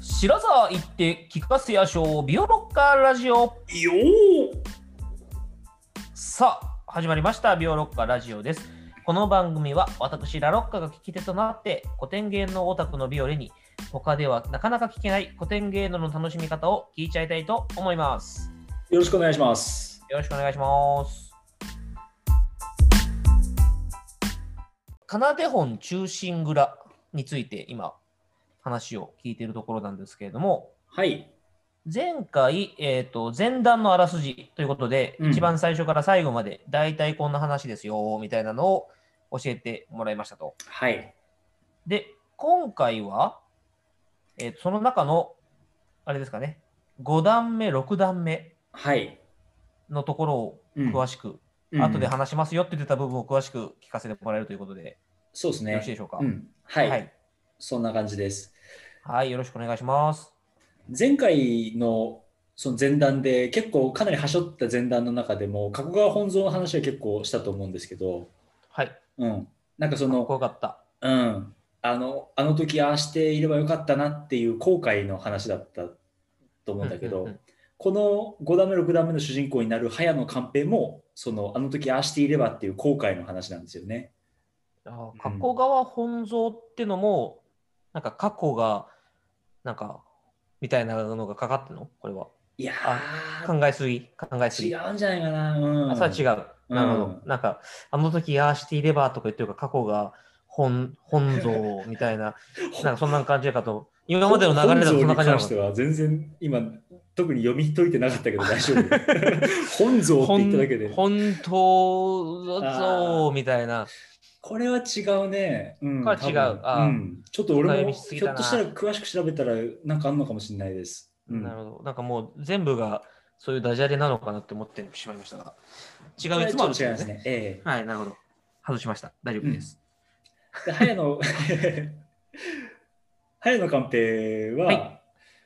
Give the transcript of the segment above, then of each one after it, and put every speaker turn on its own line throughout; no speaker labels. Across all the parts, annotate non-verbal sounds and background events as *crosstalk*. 白沢行って聞かせやしょうビオロッカーラジオ
よ
さあ始まりましたビオロッカーラジオですこの番組は私ラロッカが聞き手となって古典芸能オタクのビオレに他ではなかなか聞けない古典芸能の楽しみ方を聞いちゃいたいと思います
よろしくお願いします。
よろしくお願いします。奏手本中心蔵について今話を聞いているところなんですけれども
はい。
前回、えー、と前段のあらすじということで、
うん
一番最初から最後まで大体こんな話ですよみたいなのを教えてもらいましたと。
はい。
で今回は、えーその中のあれですかね5段目6段目
はい。
のところを詳しく後で話しますよって言ってた部分を詳しく聞かせてもらえるということで、
そうですね。
よろしいでしょうか。
うん。はい、
はい、
そんな感じです。
はいよろしくお願いします。
前回のその前段で結構かなり端折った前段の中でも加古川本蔵の話は結構したと思うんですけど、
はい、か
うん。なんかそ
っこ
の、
よかった。
うん。あの、あの時ああしていればよかったなっていう後悔の話だったと思うんだけど、
うんうんうん
この5段目6段目の主人公になる早野寛平もそのあの時ああしていればっていう後悔の話なんですよね。
あ
ん
ー加古川本蔵ってのも、なんか過去が、なんか、みたいなのがかかってんのこれは。
いや
考えすぎ、考えす
ー違
ぎ。
うんじゃないかな。うん、
あ、それは違う。なるほど。
う
なんか、あの時ああしていればとか言ってるから、過去が本本蔵みたい
*laughs*
な、なんかそんな感じかと。今までの流れだとそんな感じなの
本蔵に関し
か
ては全然今特に読み解いてなかったけど大丈夫。本蔵って言っただけで。
本当だぞーみたいな。
これは違うね。うん、
これは違う
多分
あー
うん。ちょっと
深
俺も
読みしすぎ
ひ
たな
ょっとしたら詳しく調べたらなんかあんのかもしれないです。うん
なるほど。なんかもう全部がそういうダジャレなのかなって思ってしまいましたが、違うやつもあるん
ちょっと違い
で
ますす
ね。
ね。ええ
はい、なるほど。外しました。大丈夫です。
で早野早野寛平は、
はい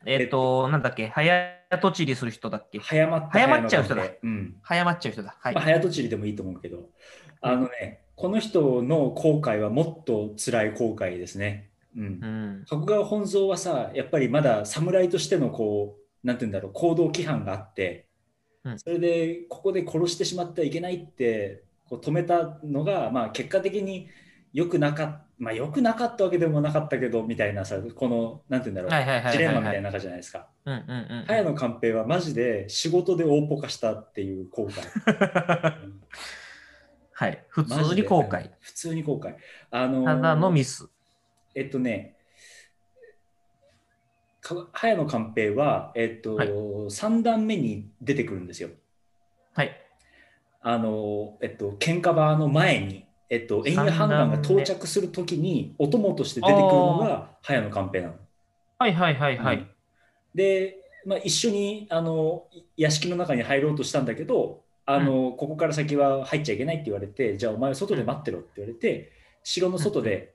えっ、と、なんだっけ、早とちりする人だっけ
早まった
早まっちゃう人だ
早野寛平うん
早まっちゃう人だ。はい
まあ、。早とちりでもいいと思うけど、あのね、この人の後悔はもっと辛い後悔ですね。う
う。
ん
ん。
加古川本蔵はさ、やっぱりまだ侍としてのこう、なんて言うんだろう、行動規範があって
う、ん
それでここで殺してしまってはいけないってこう止めたのが、まあ、結果的に良くなかった、まあ、良くなかったわけでもなかったけど、みたいなさ、この、なんて言うんだ
はい
ろ
はいはいはいはい
う、ジレンマみたいな中じゃないですか。
うんうんうん。
早野寛平はマジで仕事で大ポカしたっていう後悔。
はい。 *laughs* 普
マジ
通
で
に後悔。。
普通に後悔。あのー
ただのミス。
えっとね、か早野寛平は、えっと、
はい
3段目に出てくるんですよ。
はい。
あのー、えっと、喧嘩場の前に、えっと、円谷判官が到着するときに、お供として出てくるのが早野寛平なの。
はいはいはいは
う
い
ん。で、まあ、一緒にあのい屋敷の中に入ろうとしたんだけどあの、ここから先は入っちゃいけないって言われてじゃあお前は外で待ってろって言われて、城の外で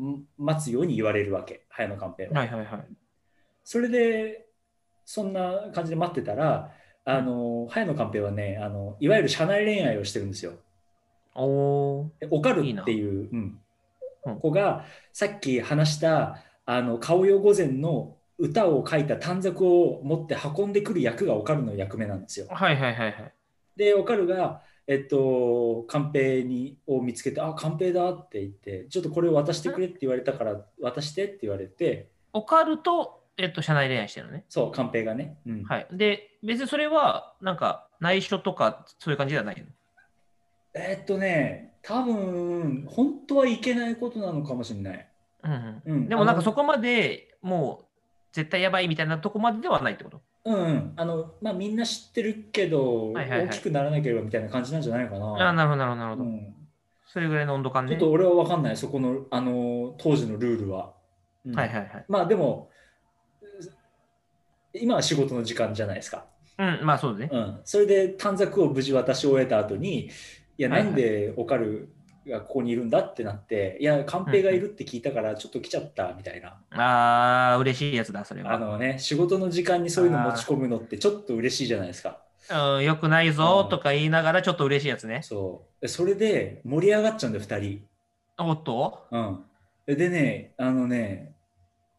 ん待つように言われるわけ早野寛平は。
はいはいはい。
それでそんな感じで待ってたらあの早野寛平はねあのいわゆる社内恋愛をしてるんですよ。
おー。
でオカルっていううん
うん
子がさっき話したあの「顔よ御前」の歌を書いた短冊を持って運んでくる役がオカルの役目なんですよ。
はいはいはいはい。
でオカルがえっと、寛平にを見つけて「あ寛平だ」って言って「ちょっとこれを渡してくれ」って言われたから「渡して」って言われて
オカルと、えっ、と、社内恋愛してるのね。
そう寛平がね、うん
はい。で、別にそれは、なんか、内緒とか、そういう感じではないの。
えっとね多分本当はいけないことなのかもしれない、
うん
うん、
でも、なんか
あの
そこまでもう、絶対やばいみたいなとこまでではないってこと。
うんうん、あのまあみんな知ってるけど、
はいはいはい
大きくならなければみたいな感じなんじゃないかな。
ああ、なるほど、なるほど、なるほど。
うん
それぐらいの温度感
ちょ
ね。
っと俺は分かんない、そこのあの当時のルールは。うん
はいはいはい。
まあでも、今は仕事の時間じゃないですか。
うん、まあそうですね。
うん、それで短冊を無事渡し終えた後に、いや、
はい
な
はい
んでオカルがここにいるんだってなって、いや、寛平がいるって聞いたから、ちょっと来ちゃったみたいな。
ああ、嬉しいやつだ、それ
あ
は。
のね、仕事の時間にそういうの持ち込むのってちょっと嬉しいじゃないですか。
うん、よくないぞとか言いながら、ちょっと嬉しいやつね。
そう。それで盛り上がっちゃうんだよ、2人。
おっと
うん。でね、あのね、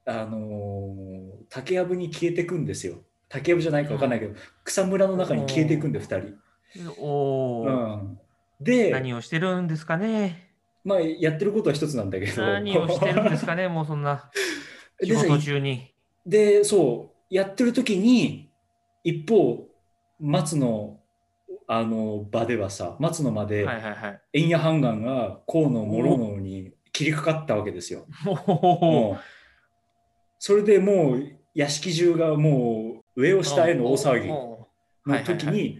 あのー竹やぶに消えてくんですよ竹やぶじゃないか分かんないけど、草むらの中に消えていくんで2人、
おお、
うん、で、
何をしてるんですかね
まあ、やってることは一つなんだけど
何をして
*laughs*
るんですかねもうそんな仕
でさ
事中に。
でそうやってる時に一方松のあの場ではさ松の間
はい
で
はいはい。
円谷半眼が河野諸野に切りかかったわけですよ。
おお、
もうそれでもう屋敷中がもう上を下への大騒ぎの
お
時
はいはいは
に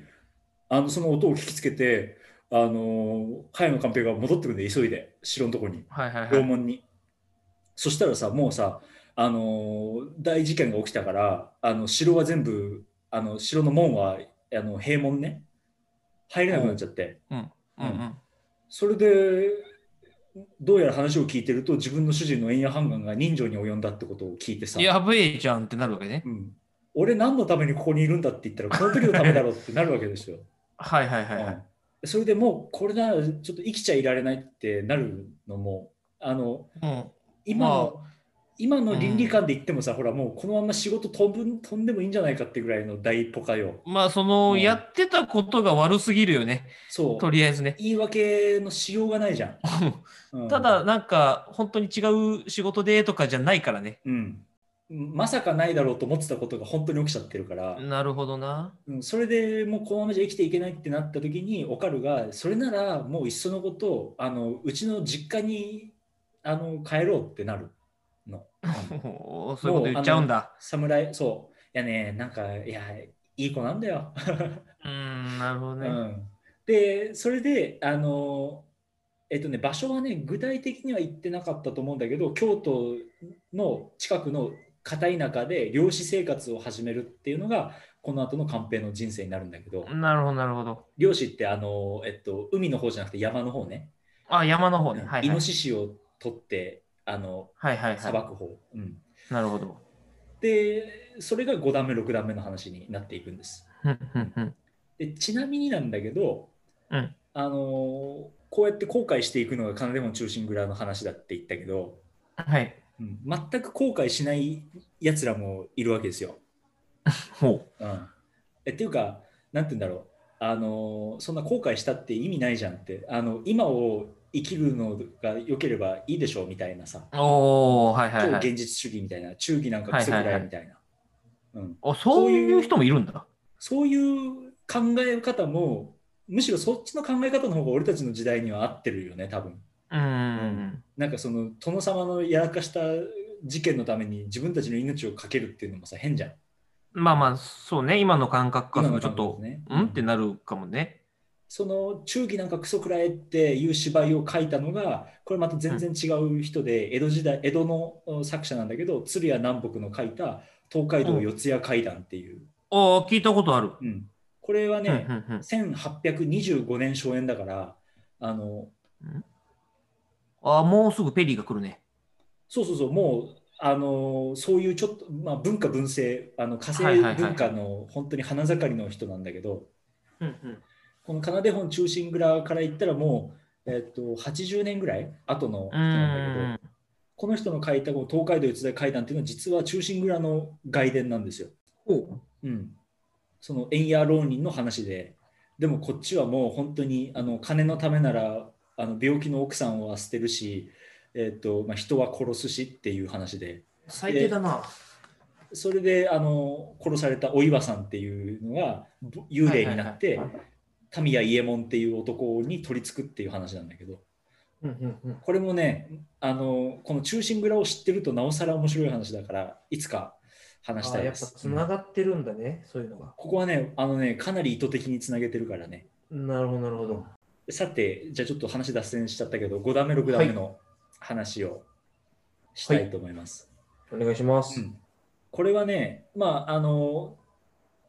あのその音を聞きつけてあの茅野寛平が戻ってくるんで急いで城のとこに。
はいはいは
拷
い。
問に、そしたらさもうさあのー大事件が起きたからあの城は全部あの城の門はあの閉門ね入れなくなっちゃって、
うんうん。
それでどうやら話を聞いてると自分の主人の円谷判官が人情に及んだってことを聞いてさ、
やべえじゃんってなるわけね。
うん、俺何のためにここにいるんだって言ったらこの時のためだろうってなるわけですよ。
はいはいはいは
う
い。
んそれでもうこれならちょっと生きちゃいられないってなるのもあの
うん、
今の、今の倫理観で言ってもさ、ほらもうこのまま仕事飛ぶん飛んでもいいんじゃないかってぐらいの大ポカよ
まあその、
うん
やってたことが悪すぎるよね。
そ
と
う
りあえずね。
言い訳のしようがな
*laughs*
いじゃん、うん
ただなんか本当に違う仕事でとかじゃないからね。
うんまさかないだろうと思ってたことが本当に起きちゃってるから、
なるほどな。
うんそれでもうこのままじゃ生きていけないってなった時におかるがそれならもういっそのことあのうちの実家にあの帰ろうってなるの
おーそういうこと言っちゃうんだ。
侍そういやねなんかいやいい子なんだよ
うーん、なるほどね。
うん、でそれであのえっとね場所はね具体的には言ってなかったと思うんだけど京都の近くの片田舎で漁師生活を始めるっていうのがこの後の寛平の人生になるんだけど
なるほど、なるほど。
漁師ってあの、えっと、海の方じゃなくて山の方ね、
あ、山の方ね。はい
イ
はい
ノ。シシを取ってあの
はいはい
さ
は
ば
い。
く方、うん、
なるほど。
でそれが5段目6段目の話になっていくんです
うんうんうん
でちなみになんだけど、
うん
あのーこうやって後悔していくのが金でも中心蔵の話だって言ったけど、
はい。
うん全く後悔しないやつらもいるわけですよ。
ほ
うん、えっていうかなんて言うんだろう、あのーそんな後悔したって意味ないじゃんってあの今を生きるのが良ければいいでしょうみたいなさ
う。おおはいはい
超
は
現
い。
実主義みたいな忠義なんかクソくらいみたいな、うん、
あ、そういう人もいるんだ。
そういう考え方もむしろそっちの考え方の方が俺たちの時代には合ってるよね多分。
うーん。
なんかその殿様のやらかした事件のために自分たちの命をかけるっていうのもさ変じゃん。
まあまあ、そうね。今の感覚からするとちょっ
今の
と、
感覚ね
うんってなるかもね。
その忠義なんかクソくらえっていう芝居を書いたのがこれまた全然違う人で、江戸時代江戸のお作者なんだけど鶴屋南北の書いた東海道四谷怪談っていう、
おお聞いたことある。
うんこれはね、
うんうんうん
1825年荘園だからあの
あーもうすぐペリーが来るね。
そうそうそう、もう、あのーそういうちょっと、まあ、文化、文政、あの火星
はいはいはい
文化の本当に花盛りの人なんだけど、
うんうん。
この奏で本中心蔵から言ったらもう、えっと80年ぐらい後の人
う
なんだけ
ー
ど、
ん。
この人の書いたこの東海道四大会談っていうのは実は中心蔵の外伝なんですよ。
おう
うん、その円谷浪人の話ででもこっちはもう本当にあの金のためならあの病気の奥さんは捨てるし、えっとまあ、人は殺すしっていう話で。
最低だな。
それであの殺されたお岩さんっていうのがぶ幽霊になって
はいはい
神谷伊右衛門っていう男に取りつくっていう話なんだけど
うんうんうん。
これもねあのこの「忠臣蔵」を知ってるとなおさら面白い話だからいつか話したいです。うん
がってるんだね、そういうのが。
ここはねあのねかなり意図的につなげてるからね
なるほど、なるほ
ど。さてじゃあちょっと話脱線しちゃったけど5段目6段目の話をしたいと思います。
お願いしま
う。んこれはね、まああの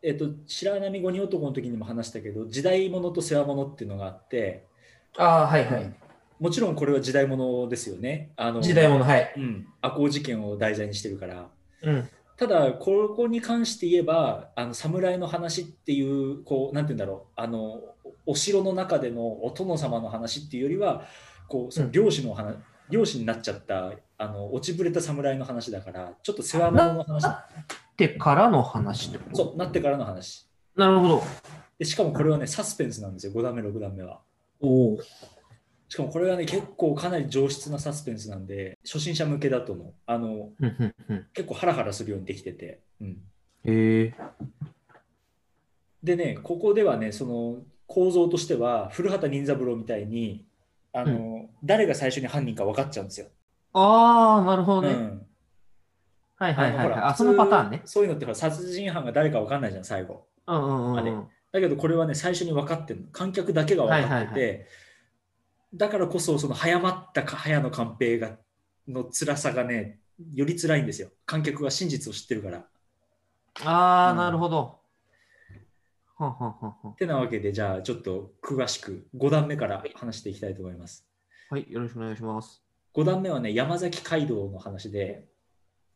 えっと、白波五人男の時にも話したけど時代物と世話物っていうのがあって
ああ、はい
はい。もちろんこれは時代物ですよねあの
もの、はい。
うん、赤穂事件を題材にしてるから
うん。
ただここに関して言えばあの侍の話っていうこうなんて言うんだろうあのお城の中でのお殿様の話っていうよりはこうその漁師の話、漁師になっちゃったあの落ちぶれた侍の話だからちょっと世話物の話
ってからの話ってこと
そうなってからの話
なるほど。
でしかもこれはねサスペンスなんですよ5段目6段目は
おお。
しかもこれはね結構かなり上質なサスペンスなんで初心者向けだと思うあの
ふんふんふん
結構ハラハラするようにできてて、うん、
へえ。
でねここではねその構造としては古畑任三郎みたいにあの、
う
誰が最初に犯人か分かっちゃうんですよ、
ああ、なるほどね。
うん
はいはいはいはい。
あのほら
あ、そのパターンね
普。通そういうのってほら殺人犯が誰か分かんないじゃん最後
うんうんうん
あれ
うん。
だけどこれはね最初に分かってるの観客だけが分かってて、
はい
だからこそその早まったか早野寛平がの辛さがねより辛いんですよ観客が真実を知ってるから。っ
ああ、
うん
なるほど。はんはんはんはん
てなわけでじゃあちょっと詳しく5段目から話していきたいと思います。
はい、よろしくお願いします。
5段目はね山崎街道の話で、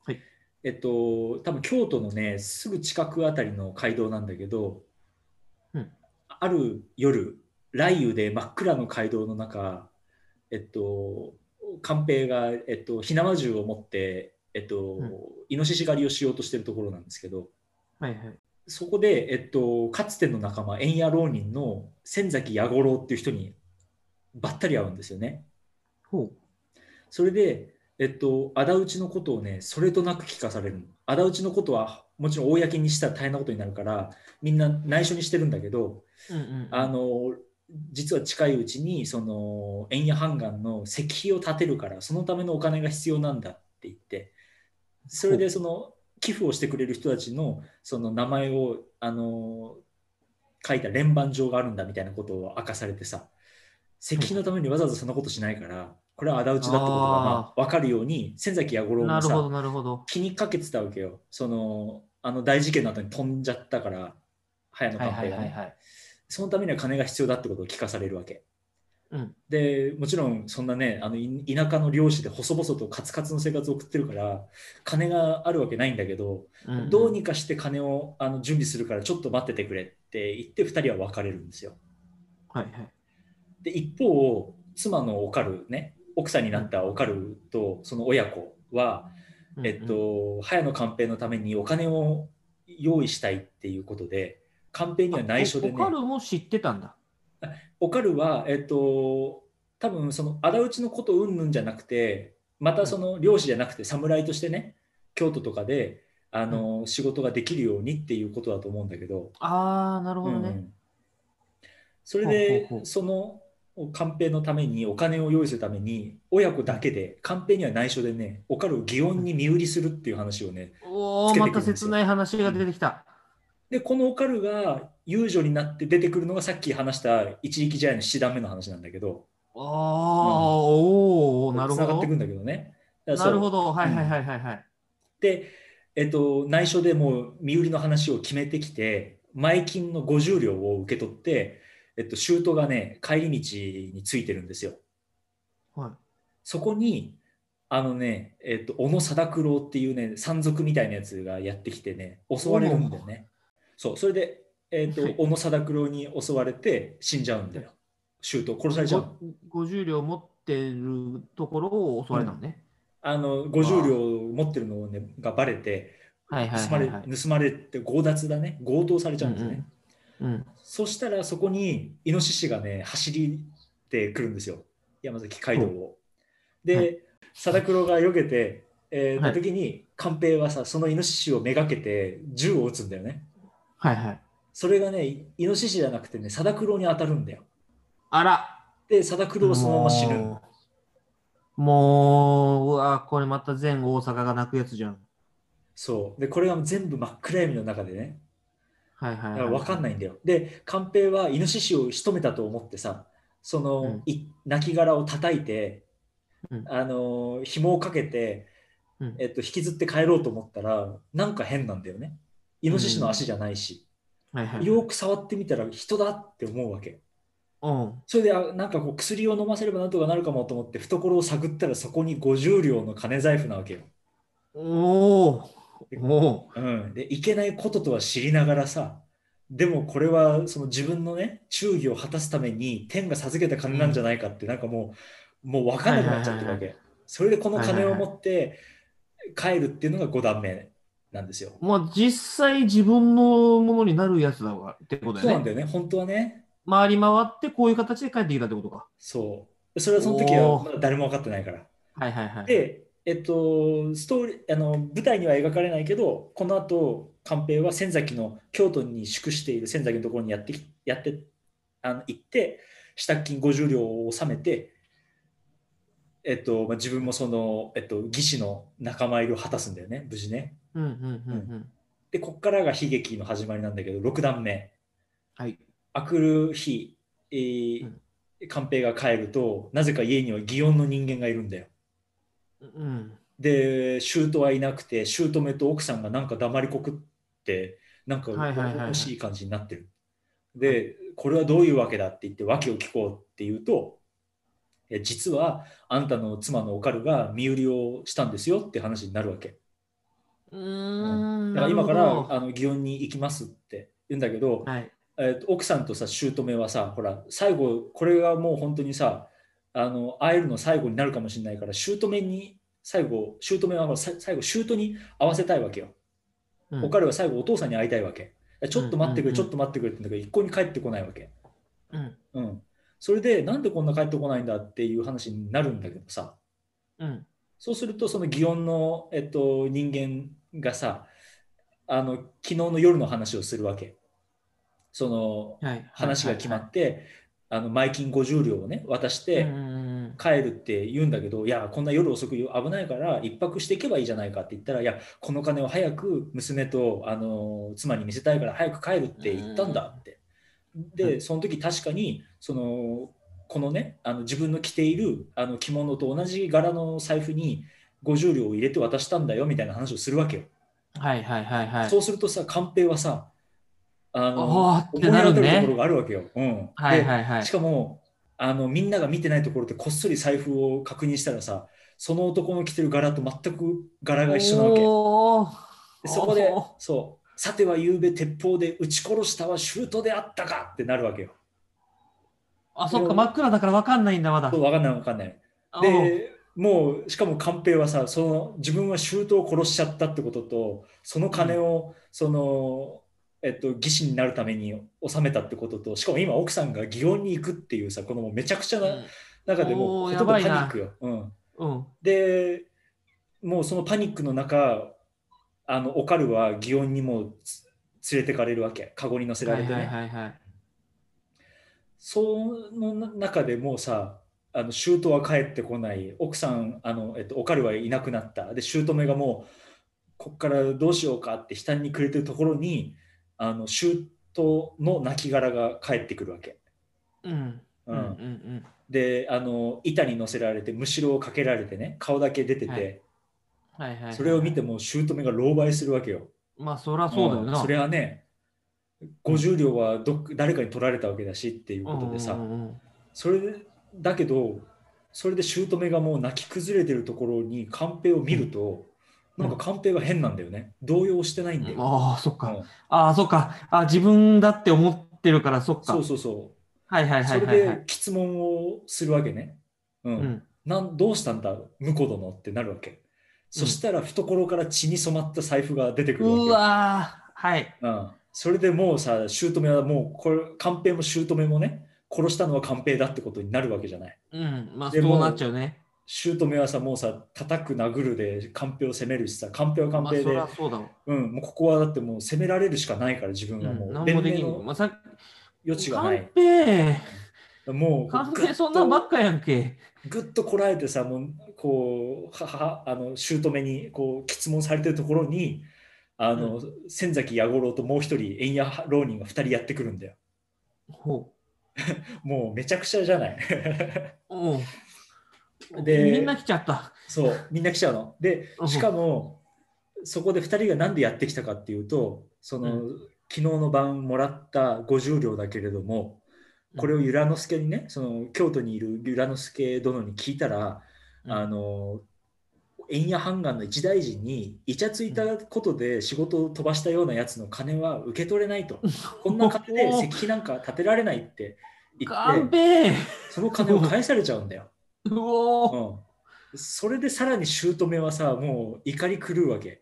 はい
えっと多分京都のねすぐ近くあたりの街道なんだけど、
うん
ある夜雷雨で真っ暗の街道の中えっと寛平が、えっと、火縄銃を持って、えっと
うん
イノシシ狩りをしようとしてるところなんですけど
はいはい。
そこで、えっと、かつての仲間縁野浪人の千崎弥五郎っていう人にばったり会うんですよね。
ほ
それで、えっと、仇討ちのことをね、それとなく聞かされるの。仇討ちのことは、もちろん公にしたら大変なことになるから、みんな内緒にしてるんだけど、
う。うんうんうん、
あの、実は近いうちに、その、円谷半岸の石碑を建てるから、そのためのお金が必要なんだって言って、それでその、寄付をしてくれる人たちの、その名前を、あの、書いた連番状があるんだみたいなことを明かされてさ、石碑のためにわざわざそんなことしないから、これは仇討ちだってことがまあ分かるように、千崎弥五郎
な
も
るほど
さ、
なるほど。
気にかけてたわけよ。その、あの大事件の後に飛んじゃったから、早野
はい
官
はい
兵
は
が
い
ね。
はい。
そのためには金が必要だってことを聞かされるわけ。
うん。
でもちろんそんなねあのい田舎の漁師で細々とカツカツの生活を送ってるから金があるわけないんだけど、
うんうん
どうにかして金をあの準備するからちょっと待っててくれって言って2人は別れるんですよ。
はいはい。
で一方妻のオカルね奥さんになったオカルとその親子は、
うんうん
えっ、と、早野寛平のためにお金を用意したいっていうことで寛平には内緒でね。
あおオカルも知ってたんだ。
オカルは、えっと、多分その仇討ちのことうんぬんじゃなくて、またその漁師じゃなくて侍としてね、京都とかであの、仕事ができるようにっていうことだと思うんだけど、
ああ、なるほど
うんう
ね。
んそれで、
ほうほうほう
その寛平のためにお金を用意するために親子だけで寛平には内緒でねオカルを祇園に身売りするっていう話をね
お
つ
お、
けて
ま
くるん
た
です
切
よ
ない話が出てきた。
でこのオカルが遊女になって出てくるのがさっき話した一力茶屋の七段目の話なんだけど、
ああ、おお、なるほ
繋がっ
ど
てく。んだけどね。だからそ
な
う
るほど。はいはいはいはいはい。
で、えっと、内緒でもう身売りの話を決めてきて、前金の50両を受け取って、えっと、舅がね、帰り道についてるんですよ。
はい。
そこに、あのね、えっと、小野貞九郎っていうね、山賊みたいなやつがやってきてね、襲われるんだよね。そう、それで、えっと
はい、
小野貞九郎に襲われて死んじゃうんだよ。舅、殺されちゃうの。
ご50両持ってるところを襲われたのね。
あの、50両持ってるのをね、がバレて、
はいはい
盗ま
は
れ
い、はい。
盗まれて強奪だね強盗されちゃうんですね、
うんうん。
そしたらそこにイノシシがね走りてくるんですよ山崎街道を、で、
は
貞黒が避けて、えー
はい
た時に寛平はさそのイノシシをめがけて銃を撃つんだよね
はいはい。
それがねイノシシじゃなくてね貞黒に当たるんだよ
あら。
で貞黒はそのまま死ぬ
もう。もう、うわ、これまた全大阪が泣くやつじゃん。
そうでこれは全部真っ暗闇の中でね
はいはい、
だ
はい。
から分かんないんだよ。で、寛平はイノシシを仕留めたと思ってさ、その、
うん
い亡きを叩いて、
うん
あのー紐をかけて、
うん
えっと、引きずって帰ろうと思ったら、なんか変なんだよね。イノシシの足じゃないし、
はいはい。
よく触ってみたら人だって思うわけ。
うん。
それで、あなんかこう薬を飲ませればなんとかなるかもと思って、懐を探ったらそこに50両の金財布なわけよ。
おお。おお。
うん、でいけないこととは知りながらさでもこれはその自分のね忠義を果たすために天が授けた金なんじゃないかって、なんかもうもう分かんなくなっちゃってるわ
はいはいはい
けそれでこの
はいは
金
い
を
はい
持って帰るっていうのが5段目なんですよ
もう実際自分のものになるやつだわってことだ
そうな
よ
ん
ね。
だよね本当はね
回り回ってこういう形で帰ってきたってことか。
そうそれはその時
お
は
ー
まだ誰も分かってないから
はいはいはい。
でえっとストーリーあの舞台には描かれないけどこのあと寛平は仙崎の京都に宿している仙崎のところにやってきやってあの行って支度金50両を納めて、えっとまあ、自分もその、えっと、義士の仲間入りを果たすんだよね無事ね
うんうんうんうん。
でこっからが悲劇の始まりなんだけど6段目
はい。
あくる日、えー
うん
寛平が帰るとなぜか家には祇園の人間がいるんだよ
うん。
で姑はいなくて姑と奥さんがなんか黙りこくってなんか
はいはいはいはい
欲しい感じになってる、でこれはどういうわけだって言って訳を聞こうって言うといや実はあんたの妻のおかるが身売りをしたんですよって話になるわけ
うーん。
だから今か
な
ら
るほど
あの祇園に行きますって言うんだけど、
はい。
えっと奥さんとさ姑はさほら最後これがもう本当にさあの会えるの最後になるかもしれないから姑に最後姑はほらさ最後姑に会わせたいわけよ、
うん
おかるは最後お父さんに会いたいわけちょっと待ってくれ、
うん
ちょっと待ってくれってんだけど一向に帰ってこないわけ、
うん
うん、それでなんでこんな帰ってこないんだっていう話になるんだけどさ
うん。
そうするとその祇園の、えっと、人間がさあの昨日の夜の話をするわけその
はい。
話が決ま
て。
って、あの毎金50両をね渡し
うん
て
うんうん
帰るって言うんだけど、いやこんな夜遅く危ないから一泊していけばいいじゃないかって言ったらいやこの金を早く娘とあの妻に見せたいから早く帰るって言ったんだって。
う
でその時確かにそのこのねあの自分の着ているあの着物と同じ柄の財布に50両を入れて渡したんだよみたいな話をするわけよ。
はいはいはいはい。
そうするとさ寛平はさあの
おーっ
思い
てな
当
る
た
ね
るところ。があるわけよ。うん、
はい
で
はいはい
し。かもあのみんなが見てないところでこっそり財布を確認したらさその男の着てる柄と全く柄が一緒なわけ
おー
でそこで
おー
そうさては夕べ鉄砲で撃ち殺したはシュートであったかってなるわけよ
あ、そっか、真っ暗だから分かんないんだ、まだ。
そう分かんない分かんないでもうしかも寛平はさその自分はシュートを殺しちゃったってこととその金を、そのえっと義士になるために納めたってこととしかも今奥さんが祇園に行くっていうさこのもうめちゃくちゃ
う
なん中でも
おー
う言葉パニ
やばいな
ックよ、うん、
うん。
でもうそのパニックの中あのオカルは祇園にもうつ連れてかれるわけカゴに乗せら
は
れ
い
てね、
はいはいはい。
その中でもうさあの舅は帰ってこない奥さんあの、えっと、オカルはいなくなったで姑がもうこっからどうしようかって悲嘆にくれてるところにあの舅の亡骸が帰ってくるわけ、
うん。う
う
うん
んん
うん。
であの板に乗せられてむしろをかけられてね顔だけ出てて、
はいはいはいはい。
それを見てもう姑が狼狽するわけよ、
まあ、そりゃそうだよ
ん
な。
それはね、50両はどっか誰かに取られたわけだしっていうことでさ、
うんうんうん
それだけど、それで姑がもう泣き崩れてるところに寛平を見ると、
うん
なんか寛平が変なんだよね。動揺してないんだよ。
ああ、そっか。
うん
ああ、そっか。あ自分だって思ってるから、そっか。
そうそうそ。
はいはいうは
そ
い
れ
はいはい
で。質問をするわけね。う。
うんん。
なんどうしたんだ、婿殿ってなるわけ。そしたら懐から血に染まった財布が出てくるわけ。
うわーはい。
うん、それでもうさ姑はもうこれ寛平も姑もね殺したのは寛平だってことになるわけじゃない
うん。まあ、そ
でも
うなっちゃうね。
姑はさもうさ叩く殴るで寛平を責めるしさ寛平は
ま
寛
あ、
平
そ
で、
りゃそうだわ。
うん、もうここはだってもう責められるしかないから自分
う
はも
ん。な
う、
ん
弁
も
明
できん。
の
まあ、さ
余地がない
カンペ
もう
関
ぐっ
係そんなんばっかやんけ。
ぐっとこらえてさもうこうははあの姑にこう質問されてるところにあの、仙崎弥五郎ともう一人円谷浪人が二人やってくるんだよ
ほ。
もうめちゃくちゃじゃないう
おう
で
みんな来ちゃった。
そう、みんな来ちゃうの。で、
うん
しかも、そこで2人がなんでやってきたかっていうと、その、
う
昨日の晩もらった50両だけれども、これを由良之助にね、その京都にいる由良之助殿に聞いたら、
うん
あの、円谷判官の一大臣にイチャついたことで仕事を飛ばしたようなやつの金は受け取れないと、こんな金で石碑なんか建てられないって言
カン
って、
ペ
その金を返されちゃうんだよ。
うおー
うん、それでさらに姑はさもう怒り狂うわけ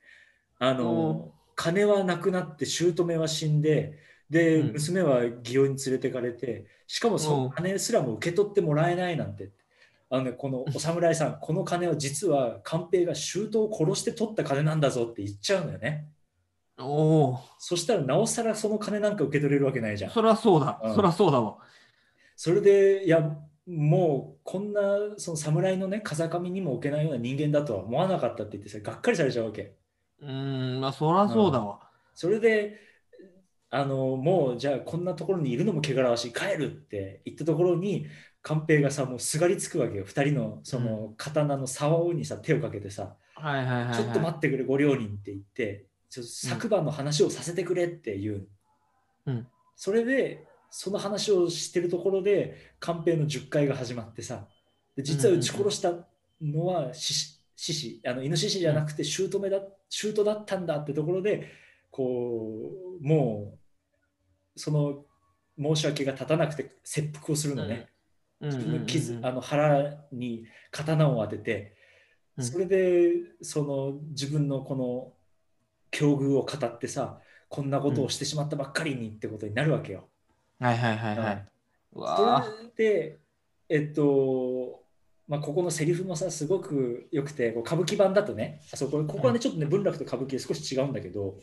あの金はなくなって姑は死んでで、
うん
娘は祇園に連れてかれてしかもそ
うん
の金すらも受け取ってもらえないなんてあのね、
*laughs*
このお侍さんこの金は実は官兵が舅を殺して取った金なんだぞって言っちゃうのよね
おお
そしたらなおさらその金なんか受け取れるわけないじゃん
そりゃそうだ、
うん
そりゃそうだわ
それでいやもうこんなその侍のね風上にも置けないような人間だとは思わなかったって言ってさがっかりされちゃうわけ
うーんまあそりゃそうだわ、
それであのもうじゃあこんなところにいるのも汚らわしい帰るって言ったところに寛平がさもうすがりつくわけよ二人のその刀の竿にさ手をかけてさ
はいはいはい、
「
はい、
ちょっと待ってくれご両人」って言ってちょっと昨晩の話をさせてくれって言う、
うん
それでその話をしてるところで寛平の10回が始まってさで実は撃ち殺したのは獅子獅子あのイノシシじゃなくて姑だ姑だったんだってところでこうもうその申し訳が立たなくて切腹をするのね、
うんうん
自
うんう
分
ん
の傷あの腹に刀を当てて
うん
それでその自分のこの境遇を語ってさこんなことをしてしまったばっかりにってことになるわけよ。
はいはいはいは
うん
い。うわあ、
それでえっとまあ、ここのセリフもさすごくよくてこう歌舞伎版だとねあそうこれここはねちょっとね文楽と歌舞伎で少し違うんだけど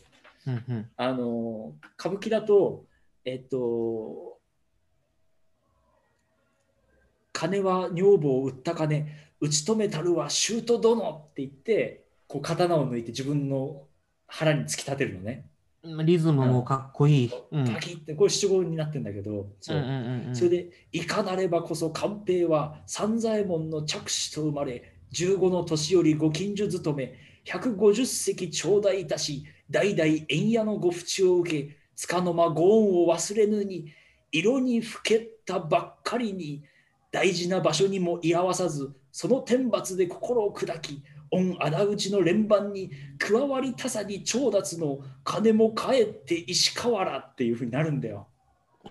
うんうん
あの歌舞伎だとえっと金は女房を売った金打ち止めたるは舅殿って言ってこう刀を抜いて自分の腹に突き立てるのね。
リズムもかっこいい。うん。
パキってこれ七五になってんだけど、そう
うんうんうん
それで、いかなればこそ寛平は三左衛門の着手と生まれ、15の年よりご近所勤め、150席頂戴いたし、代々縁屋のご不知を受け、つかの間ご恩を忘れぬに、色にふけったばっかりに、大事な場所にも居合わさず、その天罰で心を砕き、御仇討ちの連番に加わりたさに長奪の金も返って石川原っていうふうになるんだよ。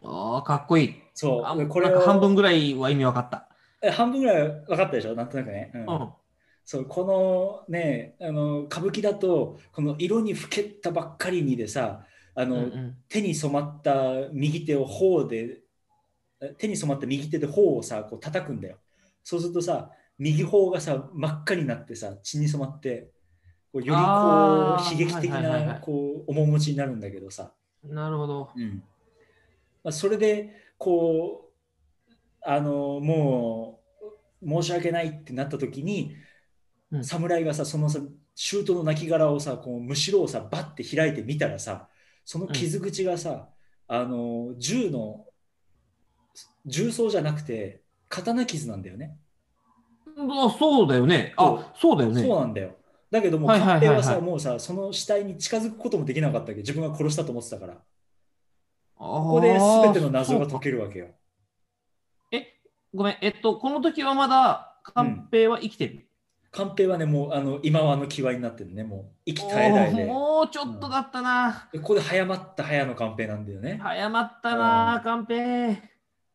ああ、かっこいい。
そ
あ
う、
こ
こ
れ
れ
なんか半
半分
分ぐらいは意味わかった。
半分ぐらい分かったでしょ、なんとなくね。うん
うん。
そうこのねあの歌舞伎だとこの色にふけったばっかりにでさあの、
うんうん
手に染まった右手を頬でえ手に染まった右手で頬をさこう叩くんだよそうするとさ右頬がさ真っ赤になってさ血に染まってこうよりこ
あ
う
ー
刺激的
はいはいはいは
ないこう面持ちになるんだけどさ、
なるほど。
うんまあ、それでこうあのもう申し訳ないってなった時に、
うん
侍がさそのさ舅の亡骸をさこうむしろをさバッて開いてみたらさその傷口がさ、あの銃の銃創じゃなくて刀傷なんだよね。
あそうだよね。あそうだよね
そう。なんだよだけども
はいはいはいは
勝
い
手はさもうさその死体に近づくこともできなかったわけど自分が殺したと思ってたから
こ
ここで全ての謎が解けるわけよ。
ごめん。えっと、この時はまだ、寛平は生きてる。
寛平はね、もうあの今はあの際になってるね、もう息
お
絶えない
ー
で。
もうちょっとだったな。
でここで早まった早の寛平なんだよね。
早まったな、寛平。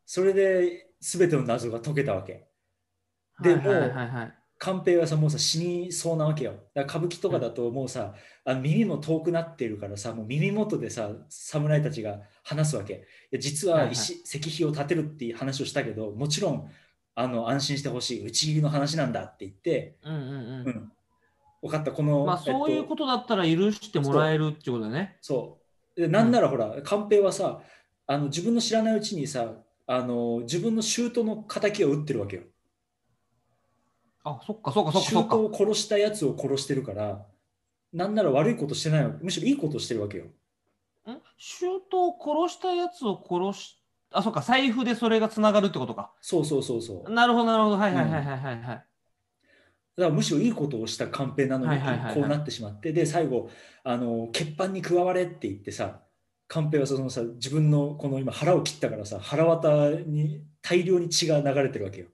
それで全ての謎が解けたわけ。でも
はいはいはいはい。
寛平はさ、もうさ、死にそうなわけよ。だから歌舞伎とかだともうさ、あの耳も遠くなってるからさ、もう耳元でさ、侍たちが話すわけ。いや実
はい
は
はい
石、石碑を建てるっていう話をしたけど、もちろんあの安心してほしい、打ち切りの話なんだって言って、
うんうん
う
うん。
ん、分かった、この。
まあ、
えっと
そういうことだったら許してもらえるってことだね。
そう。でなんならほら、寛平はさ、あの自分の知らないうちにさ、あの自分の舅の敵を撃ってるわけよ。
あ、そっかそっかそっかそっ
舅
か。
を殺したやつを殺してるから、なんなら悪いことしてないわけむしろいいことしてるわけよ。
ん周到を殺したやつを殺し、あ、そっか、財布でそれがつながるってことか。
そうそうそうそう。だか
なるほど、なるほど。はいはいはいはいはいはい。
らむしろいいことをした寛平なの
はい
に
はいはいはい
こうなってしまって、で、最後、あの血板に加われって言ってさ、寛平はそのさ、自分のこの今腹を切ったからさ、腹渡に大量に血が流れてるわけよ。
うん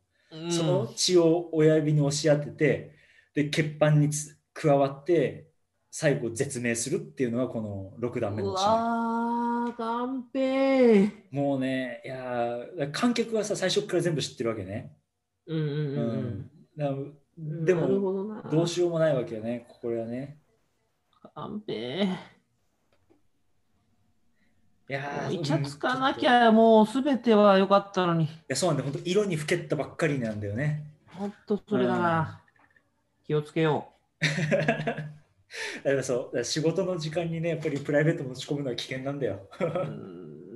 その血を親指に押し当てて、で血板につ加わって最後絶命するっていうのがこの6段目
う
の
わ
シーン
ー、完璧。
もうねいやー観客はさ最初から全部知ってるわけね
うんうん
う
うんん
だから
うん。
で
なるほ
も
どな。
どうしようもないわけよねこれはね
ダメ。
いやー
イチャつかなき
い
ゃもうすべては良かったのに。
やそうなんだよ本当色にふけったばっかりなんだよね
ほんとそれだな。気をつけよ
だからそうだから仕事の時間にねやっぱりプライベート持ち込むのは危険なんだよ
う。う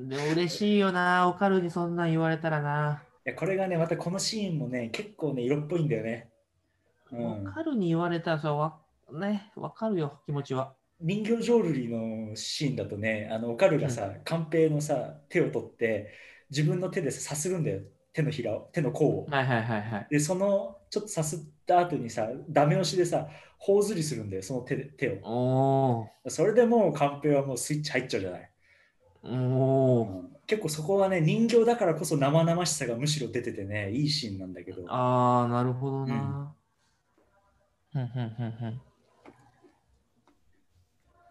んでも嬉しいよな。オカルにそんなん言われたらな。
いやこれがねまたこのシーンもね結構ね色っぽいんだよね、う
オ
ん、
カルに言われたらそうわ、ね、わかるよ、気持ちは。
人形浄瑠璃のシーンだとねあのオカルがさ、寛平のさ手を取って自分の手でささするんだよ手のひらを手の甲を、
はいはいはいはい。
でそのちょっとさすった後にさダメ押しでさ頬ずりするんだよその手で手を
おお
それでもう寛平はもうスイッチ入っちゃうじゃない、
ー。おお。
結構そこはね人形だからこそ生々しさがむしろ出ててねいいシーンなんだけど
ああ、なるほどな。ふんふんふんふん。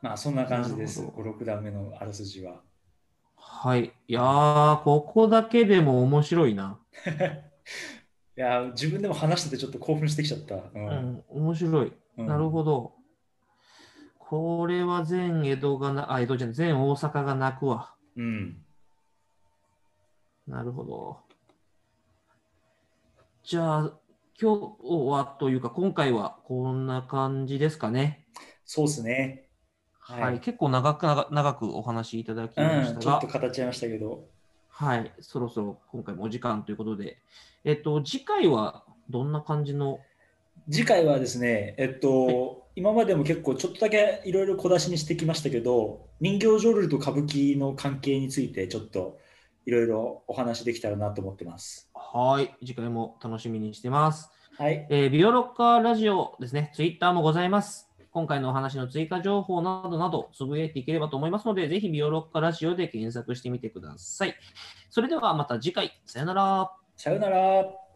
まあそんな感じです
なるほ
56段目のあらすじは
はい。いやー、ここだけでも面白いな。
いや自分でも話しててちょっと興奮してきちゃった、う
うんん、面白い。
うん
なるほど。これは全江戸がな、あ、江戸じゃない、全大阪が泣くわ。
うん
なるほど。じゃあ、今日はというか、今回はこんな感じですかね。
そうっすね
はい、
はい
結構長く長長くお話しいただきまし
うん、
た
ちょ
が、
っと形ありましたけど、
はい、そろそろ今回もお時間ということで、えっと、次回はどんな感じの、
次回はですね、えっと、今までも結構ちょっとだけいろいろ小出しにしてきましたけど、人形浄瑠璃と歌舞伎の関係についてちょっといろいろお話できたらなと思ってます。
はい、次回も楽しみにしてます。
はい、
えービオロッカーラジオですね、ツイッターもございます。今回のお話の追加情報などなど、つぶやいていければと思いますので、ぜひビオロッカーラジオで検索してみてください。それではまた次回、さよなら。
さようなら。